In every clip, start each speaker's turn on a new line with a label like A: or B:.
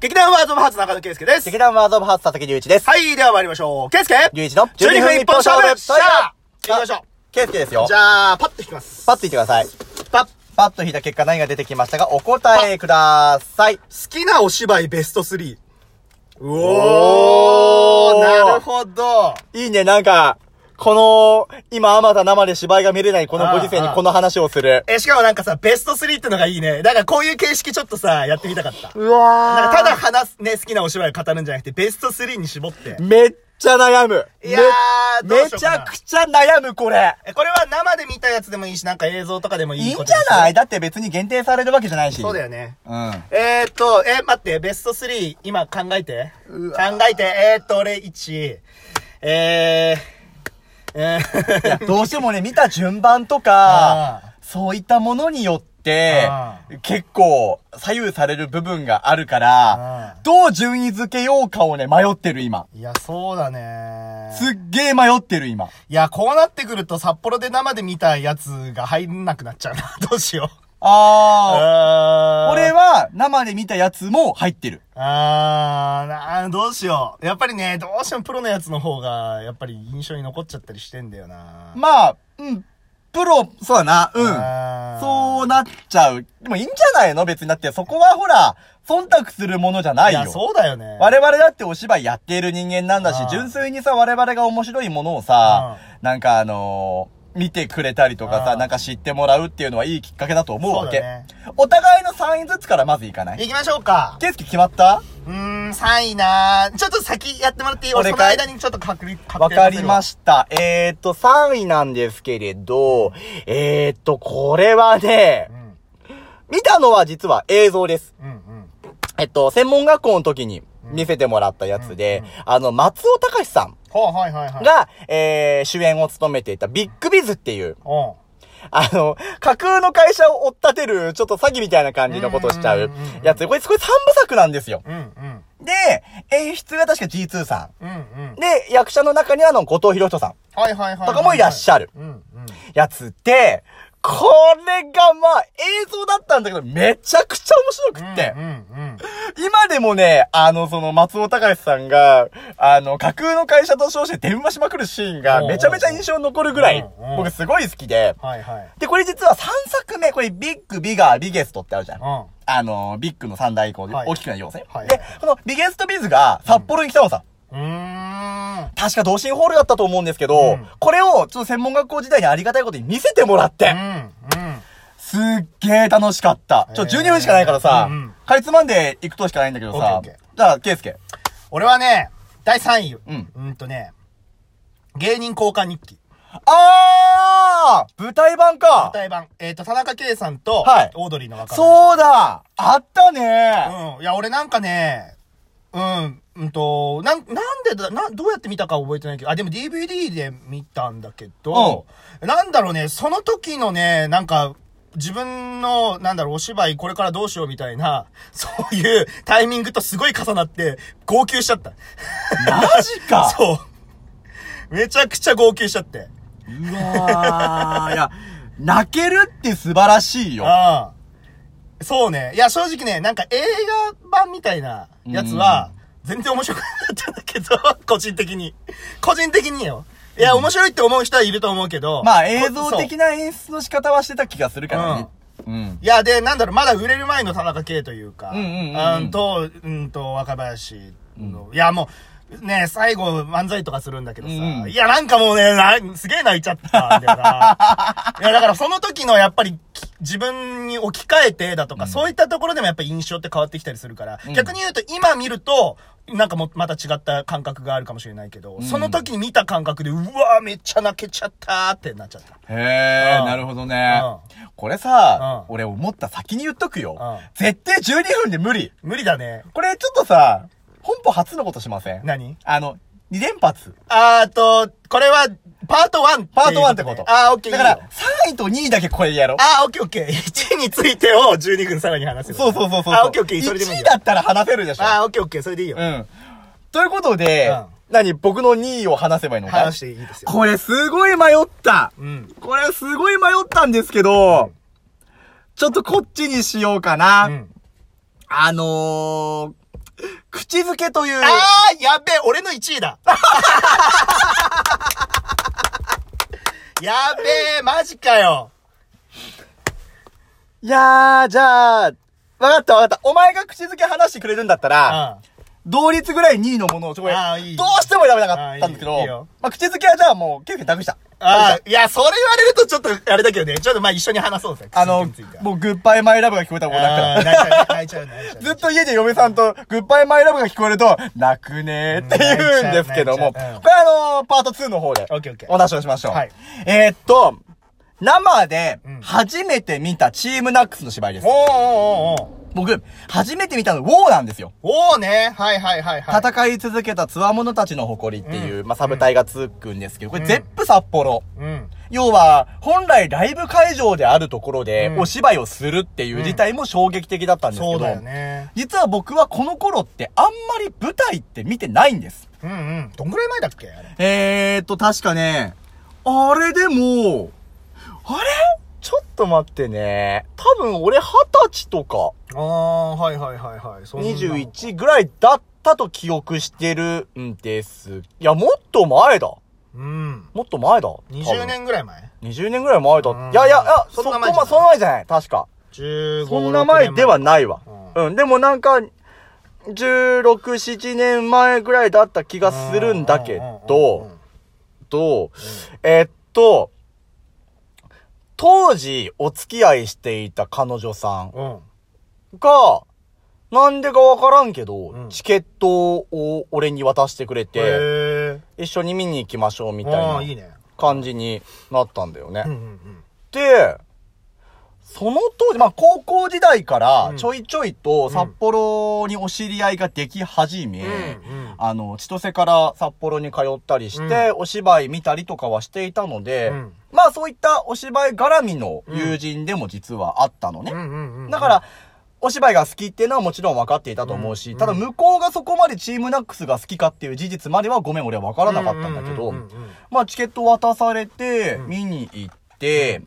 A: 劇団ワードオブハーツ中野圭介です。
B: 劇団ワードオブハーツ佐々木隆一です。
A: はい、では参りましょう。圭介
B: 隆一の
A: 12分一本勝負
B: それでは
A: 行きましょう
B: ケースケですよ。
A: じゃあ、パッと引きます。
B: パッと言ってください。
A: パッ。好
B: パッと引いた結果何が出てきましたかお答えください。
A: きなお芝居ベスト3。う
B: おー
A: なるほど。
B: いいね、なんか、この、今、あまた生で芝居が見れないこのご時
A: あ
B: 世
A: あ
B: に
A: ああ
B: この話をする。
A: え、しかもなんかさ、ベスト3ってのがいいね。なんかこういう形式ちょっとさ、やってみたかった。
B: うわ
A: なんかただ話すね、好きなお芝居を語るんじゃなくて、ベスト3に絞って。
B: めっちゃ悩む。
A: いやーどう
B: めめ
A: しよう
B: ち
A: かな
B: ゃくちゃ悩む、これ。
A: え、これは生で見たやつでもいいし、なんか映像とかでもい
B: い
A: い
B: いん
A: こと
B: じゃないいだって別に限定されるわけじゃないし。
A: そうだ
B: よ。
A: よね。
B: うん。
A: えー、っと、え、待って、ベスト3、今考えて。考えて、えー、っと、俺1、えー、え
B: い や、
A: ー、
B: どうしてもね、見た順番とか、そういったものによって
A: あ、
B: 結構左右される部分があるから
A: あ、
B: どう順位付けようかをね、迷ってる今。
A: いや、そうだね。
B: すっげー迷ってる今。
A: いや、こうなってくると、札幌で生で見たやつが入んなくなっちゃうな。 どうしよう。
B: あ
A: あ
B: ー。
A: ー
B: 俺、は生で見たやつも入ってる。
A: あーなー、どうしよう。やっぱりね、どうしてもプロのやつの方が、やっぱり印象に残っちゃったりしてんだよな。
B: まあ、うん。プロ、そうだな、うん。
A: あー
B: そうなっちゃう。でもいいんじゃないの別にだって、そこはほら、忖度するものじゃない
A: い
B: よ。
A: や、そうだよね。
B: 我々だってお芝居やっている人間なんだ
A: あ
B: し
A: あ、
B: 純粋にさ、我々が面白いものをさ、なんかあのー見てくれたりとか
A: ああ
B: さ、なんか知ってもらうっていうのはいいきっかけだと思うわけ。
A: そうだね
B: お互いの3位ずつからまずいかない
A: 行きましょうか。
B: ケースケ決まった
A: うーん、3位なーちょっと先やってもらっていい俺
B: 俺
A: その
B: かい
A: 間にちょっと確認、確
B: わかりま
A: し
B: した。えーっと、3位なんですけれど、えーっと、これはね
A: う、ん、
B: 見たのは実は映像です。
A: うん、うん。
B: えっと、専門学校の時に見せてもらったやつで、あの、松尾隆さん
A: ほう、はい、はい、はい。
B: が、えー、主演を務めていたビッグビズっていう、
A: おう
B: あの、架空の会社を追っ立てる、ちょっと詐欺みたいな感じのことしちゃ
A: うん
B: う
A: うんうんうん
B: やつ。これ、これ3部作なんですよ。
A: うん、うん、
B: で、演出が確か G2 さ
A: うん、うん
B: ん。。で、役者の中にはあの、後藤博人さん
A: はい、はい、はい。
B: とかもいらっしゃる
A: うん、うん。
B: やつで、これがまあ、映像だったんだけど、めちゃくちゃ面白くって
A: う。ん、うん。
B: 今でもね、あの、その、松尾隆さんが、あの、架空の会社と称して電話しまくるシーンが、めちゃめちゃ印象に残るぐらい
A: うんうん、
B: 僕すごい好きで。
A: はい、はい。
B: で、これ実は3作目、これビッグ、ビガー、ビゲストってあるじゃん
A: うん。。は
B: あの、ビッグの三大校で
A: はい
B: 大きくなる要請。
A: はい
B: で、このビゲストビズが札幌に来たのさ、
A: うーん。
B: 確か同心ホールだったと思うんですけ
A: う
B: ど、
A: ん
B: これをちょっと専門学校時代にありがたいことに見せてもらって、
A: うん、うん。
B: すっげー楽しかった。ちょ、
A: へー
B: 12分しかないからさ、
A: うんうん
B: かいつまんで行くとしかないんだけどさ、
A: オッケーオッケ
B: じゃあ、ケイスケ。。
A: 俺はね、第3位。うんうんとね、芸人交換日記。
B: あー舞台版か
A: 舞台版。えっ、と、田中圭さんと、
B: はい
A: オードリーの若う。
B: そうだあったね
A: うん。いや、俺なんかね、うん、うんと、なん、なんでだ、な、どうやって見たか覚えてないけど、あ、でも DVD で見たんだけど、なんだろうね、その時のね、なんか、自分の、なんだろう、お芝居これからどうしようみたいな、 そういうタイミングとすごい重なって、号泣しちゃった。
B: マジ か
A: そう。めちゃくちゃ号泣しちゃって。
B: うわーいや、泣けるって素晴らしいよ。
A: ああ。そうね。いや、正直ね、なんか映画版みたいなやつは、全然面白くなかったんだけど、 個人的に。個人的によ。いや、面白いって思う人はいると思うけど。
B: まあ映像的
A: な。
B: な演出の仕方はしてた気がするからね。うん。
A: いや、で、なんだろう、まだ売れる前の田中圭というか、
B: うんうんうんうん
A: あと、うんと、若林の、いや、もう、ね、最後、漫才とかするんだけどさ、
B: うん
A: いや、なんかもうね、なすげえ泣いちゃったんだよ な。いや、だからその時のやっぱり、き自分に置き換えてだとか、そういったところでもやっぱり印象って変わってきたりするから、
B: ん
A: 逆に言うと今見ると、なんかもうまた違った感覚があるかもしれないけど、その時に見た感覚で、うわーめっちゃ泣けちゃったーってなっちゃった。
B: へえ
A: うん
B: なるほどね
A: う。
B: これさ、
A: うん
B: 俺思った先に言っとくよ
A: うん。
B: 絶対12分で無理。
A: 無理だね。
B: これちょっとさ、本邦初のことしません
A: 何
B: あの、2連発。
A: あーと、これは、パート1。
B: パート1ってこと。
A: あー、オッケー。
B: だか
A: いいよ
B: ら、3位と2位だけこれでやろう。
A: あー、オッケーオッケー。1につ いてを12分さらに話す。
B: そうそうそうそう。
A: あー、オッケーオッケー。それでもいい
B: 1位
A: よ。
B: だったら話せるでしょ。
A: あー、オッケーオッケー。それでいいよ。
B: うん。ということで、
A: うん
B: 何僕の2位を話せばいいのか
A: 話していいですよ。
B: これすごい迷った、
A: うん
B: これすごい迷ったんですけど、ちょっとこっちにしようかな。
A: うん。
B: あのー、チ漬けという、
A: あー、やべえ、俺の1位だ。 やべえ、マジかよ。
B: いやー、じゃあ、わかったわかった。お前が口づけ話してくれるんだったら、同率ぐらい2位のものをちょこ
A: あ
B: や
A: あいい
B: どうしても選べなかったんだけ
A: ああいいいい
B: ど
A: よ、
B: まあ、口づけはじゃあもう、ケイ君託した。
A: ああ、いや、それ言われるとちょっと、あれだけどね。ちょっとまあ一緒に話そうぜ。
B: あの
A: 口について、は
B: もう、グッバイマイラブが聞こえたもん
A: あ
B: だ
A: ー
B: か
A: 泣いちゃう、泣いちゃう、泣いちゃ
B: ら。
A: う。
B: ずっと家で嫁さんと、グッバイマイラブが聞こえると、泣くねーって言うんですけど
A: う
B: も、
A: ん
B: こ
A: 泣いちゃううん
B: れあのー、パート2の方で
A: オッケーオッケ、ー
B: お出しをしましょう。
A: はい
B: えーっと、生で
A: うん、
B: 初めて見たチームナックスの芝居です。
A: おーおー
B: 僕、初めて見たの、ウォーなんですよ。
A: おーおーね。はいはいはいはい。
B: 戦い続けた強者たちの誇りっていう、
A: うん
B: まあ、サブ隊がつくんですけど、これ、
A: うん
B: ゼップ札幌。
A: うん。
B: 要は、本来ライブ会場であるところで
A: う、ん
B: お芝居をするっていう事態も衝撃的だったんですけど、
A: そうだよね。
B: 実は僕はこの頃ってあんまり舞台って見てないんです。
A: うんうん。どんぐらい前だっけあれ
B: えーっと、確かね、あれでも、あれちょっと待ってね。多分俺二十歳とか
A: ああ、はいはいはいはい。そんな
B: 21ぐらいだったと記憶してるんです。いや、もっと前だ。
A: うん。
B: もっと前だ。多分
A: 20年ぐらい前
B: 20年ぐらい前だ
A: う。ん
B: いやいや、いやそ
A: そん
B: こ
A: な
B: ま
A: 前じゃない
B: その前じゃない。確か。
A: ?15
B: そんな前ではないわ。
A: う
B: うん。でもなんか、16、7年前ぐらいだった気がするんだけど、と、えっと、当時お付き合いしていた彼女さん
A: うん。うん。
B: が、なんでかわからんけど、
A: うん
B: チケットを俺に渡してくれ
A: へ
B: て、
A: え。
B: 一緒に見に行きましょうみ
A: あ
B: た
A: あ、い
B: い
A: い
B: な
A: ね。
B: 感じになったんだよね。
A: うんうん
B: で、その当時、まあ高校時代から
A: うん
B: ちょいちょいと札幌にお知り合いができ始め、
A: うん。うん
B: あの、千歳から札幌に通ったりして、お芝居見たりとかはしていたので、
A: うん
B: まあそういったお芝居絡みの友人でも実はあったのね。
A: うん。うんうんうん。
B: だから、、お芝居が好きっていうのはもちろん分かっていたと思うし、
A: うん
B: ただ向こうがそこまでチームナックスが好きかっていう事実まではごめん俺は分からなかったんだけど、
A: うんうんうんうん
B: まあチケット渡されて、
A: うん
B: 見に行って、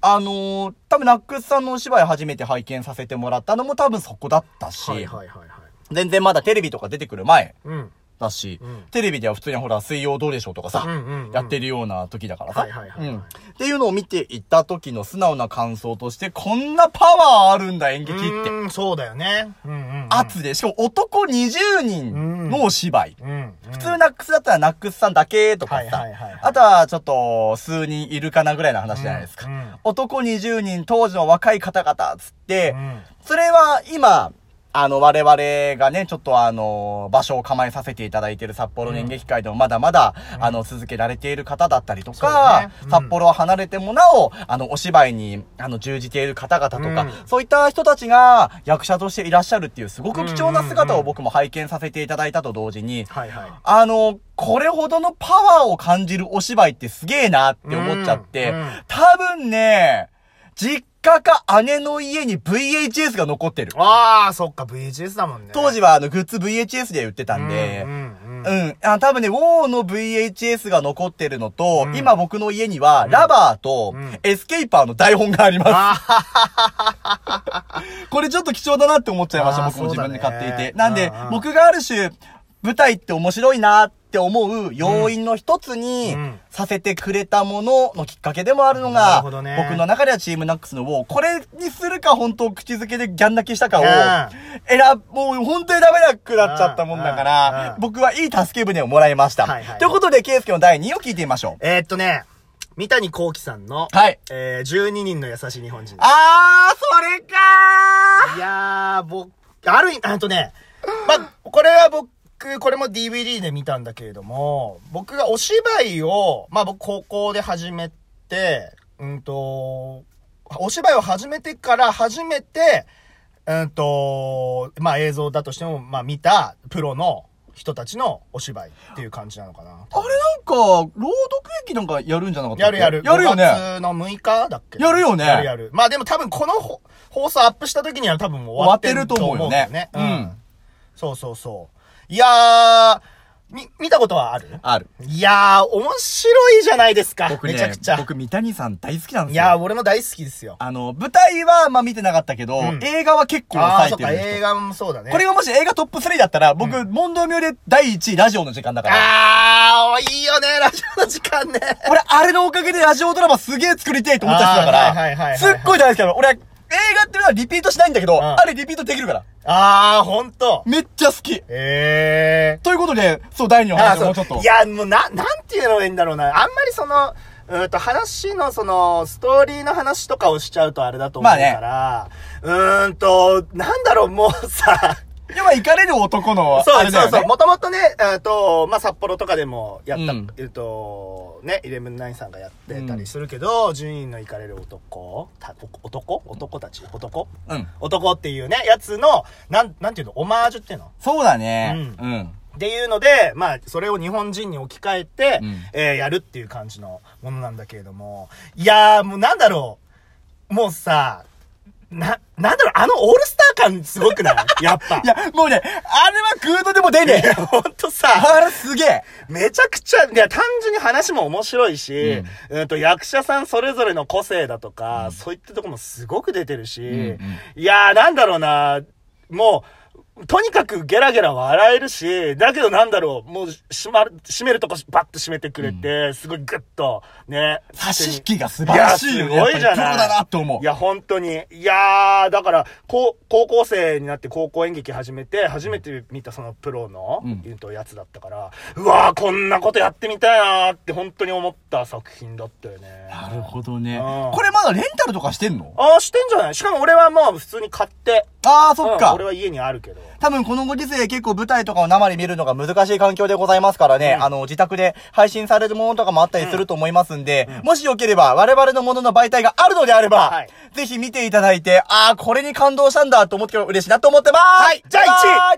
B: あのー多分ナックスさんのお芝居初めて拝見させてもらったのも多分そこだったし、
A: はいはいはいはい。
B: 全然まだテレビとか出てくる前
A: うん。
B: だし、
A: うん
B: テレビでは普通にほら、水曜どうでしょうとかさ、
A: うんうんうん
B: やってるような時だからさ、
A: はいはいはいはい
B: うん。っていうのを見ていった時の素直な感想として、こんなパワーあるんだ、演劇って。
A: うん、そうだよね。うんうんうん。
B: 圧で、しかも男20人のお芝居。
A: うんうん。
B: 普通ナックスだったらナックスさんだけとかさ、
A: はいはいはいはい
B: あとはちょっと数人いるかなぐらいの話じゃないですか。
A: うんうん
B: 男20人、当時の若い方々っつって、
A: うん
B: それは今、あの、我々がね、ちょっとあの、場所を構えさせていただいている札幌の演劇界でもまだまだ、あの、続けられている方だったりとか、
A: そうねうん
B: 札幌を離れてもなお、あの、お芝居に、あの、従事ている方々とか、
A: うん
B: そういった人たちが役者としていらっしゃるっていう、すごく貴重な姿
A: うんうんう
B: を
A: ん
B: 僕も拝見させていただいたと同時に、
A: はいは
B: あの、これほどのパワーを感じるお芝居ってすげえなって思っちゃって、
A: うんうん
B: 多分ね、実家か姉の家に VHS が残ってる
A: い。。ああ、そっか、VHS だもんね。
B: 当時はあのグッズ VHS で売ってた
A: うんん
B: で、
A: う
B: うん
A: んうん。
B: あ多分ね、ウォーの VHS が残ってるのと、
A: うん
B: 今僕の家には、ラバーと
A: うん、
B: エスケイパーの台本があります。
A: ああ、
B: これちょっと貴重だなって思っちゃいました。
A: あー
B: 僕も自分で
A: そう
B: 買
A: だ
B: っ
A: ね
B: ていて。なんで
A: うんう、ん
B: 僕がある種、舞台って面白いなって思う要因の一つに
A: うん、
B: させてくれたもののきっかけでもあるの
A: な
B: が、
A: るほどね
B: 僕の中ではチームナックスのウォー。これにするか本当口づけでギャン泣きしたかを、
A: うん
B: 選ぶ、もう本当にダメなくなっちゃったもんだか
A: うんうん
B: ら
A: う、ん
B: 僕はいい助け舟をもらいました
A: はいは。い
B: ということで、ケイスケの第2位を聞いてみましょう。
A: えーっとね、三谷幸喜さんの、
B: はい。
A: えー、12人の優しい日本人。
B: あー、それかー
A: いやー、僕、ある意味、あとね、まあ、これは僕、これも DVD で見たんだけれども、僕がお芝居を、まあ僕高校で始めて、うんと、お芝居を始めてから初めて、うんと、まあ映像だとしても、まあ見たプロの人たちのお芝居っていう感じなのかな。
B: あれなんか、朗読劇なんかやるんじゃなかった
A: や
B: っ
A: る
B: け
A: やる。
B: やるよ
A: 5
B: ね。
A: 月の6日だっけ
B: やるよね
A: やるやる。まあでも多分このほ放送アップした時には多分もう終わってると思うよね。
B: 終わってると思うよ
A: う
B: ねうん
A: ん。そうそうそう。いやー、み、見たことはある
B: ある。
A: いやー、面白いじゃないですか。
B: 僕ね、
A: めちゃくちゃ。
B: 僕、三谷さん大好きなんで
A: い
B: すよ。
A: やー、俺も大好きですよ。
B: あの、舞台は、まあ見てなかったけど、
A: うん
B: 映画は結構
A: ああー、
B: 抑
A: そ
B: え
A: ってか、
B: るんですよ
A: 映画もそうだね。
B: これがもし映画トップ3だったら、僕、問答無用で第1位、ラジオの時間だから。
A: あー、いいよね、ラジオの時間ね。
B: これ、あれのおかげでラジオドラマすげえ作りたいと思った人だか
A: あーはいはいはいはいは
B: ら、
A: い
B: すっごい大好きなの。俺、映画っていうのはリピートしないんだけど、
A: ん
B: あれリピートできるから。
A: あー、ほんと。
B: めっちゃ好き。
A: ええ
B: ということで、そう、第2の
A: ー。
B: 話
A: ー
B: もうちょっと。
A: いや、もう、な、なんていうのがいいんだろうな。あんまりその、うーんと、話の、その、ストーリーの話とかをしちゃうとあれだと思うから、うーんと、なんだろう、もうさ、
B: 要は、行かれる男の、
A: そ
B: あ
A: う
B: れだ
A: そう
B: よ
A: そう。
B: ね。
A: もともとね、えっと、まあ、札幌とかでもやった、
B: うん
A: えっと、ね、イレブンナインさんがやってたりするけど、順位の行かれる男、た男男たち男
B: うん。
A: 男っていうね、やつの、なん、なんていうのオマージュっていうの
B: そうだね。
A: う
B: うん。
A: っていうので、まあ、それを日本人に置き換えて、
B: うん
A: えーやるっていう感じのものなんだけれども、いやー、もうなんだろう。もうさ、な、なんだろう、あのオールスター感すごくないやっぱ。
B: いや、もうね、あれはグードでも出ねえ。
A: ほんとさ、
B: あれすげえ。
A: めちゃくちゃ、いや、単純に話も面白いし、うん、と役者さんそれぞれの個性だとか、そういったとこもすごく出てるし、
B: ん
A: いやー、なんだろうな、もう、とにかくゲラゲラ笑えるし、だけどなんだろう、もう、閉まる、閉めるとこバッと閉めてくれて、すごいグッと、ね。
B: 差し引きが素晴らしいよね。
A: やすごいじゃ
B: やっぱりプロ
A: ない。
B: だなって思う。
A: いや、本当に。いやー、だから、高高校生になって高校演劇始めて、初めて見たそのプロの、
B: うん
A: えっとやつだったから、うわー、こんなことやってみたいなーって本当に思った作品だったよね。
B: なるほどね
A: うん。
B: これまだレンタルとかしてんの
A: あー、してんじゃないしかも俺はまあ普通に買って。
B: ああ、そっ
A: うん
B: か
A: 俺。は家にあるけど。
B: 多分このご時世結構舞台とかを生で見るのが難しい環境でございますからね、あの、自宅で配信されるものとかもあったりすると思いますんで、もしよければ我々のものの媒体があるのであれば、
A: はい
B: ぜひ見ていただいて、ああ、これに感動したんだと思ってくれば嬉しいなと思ってます
A: はいじゃあ1位
B: バイバイ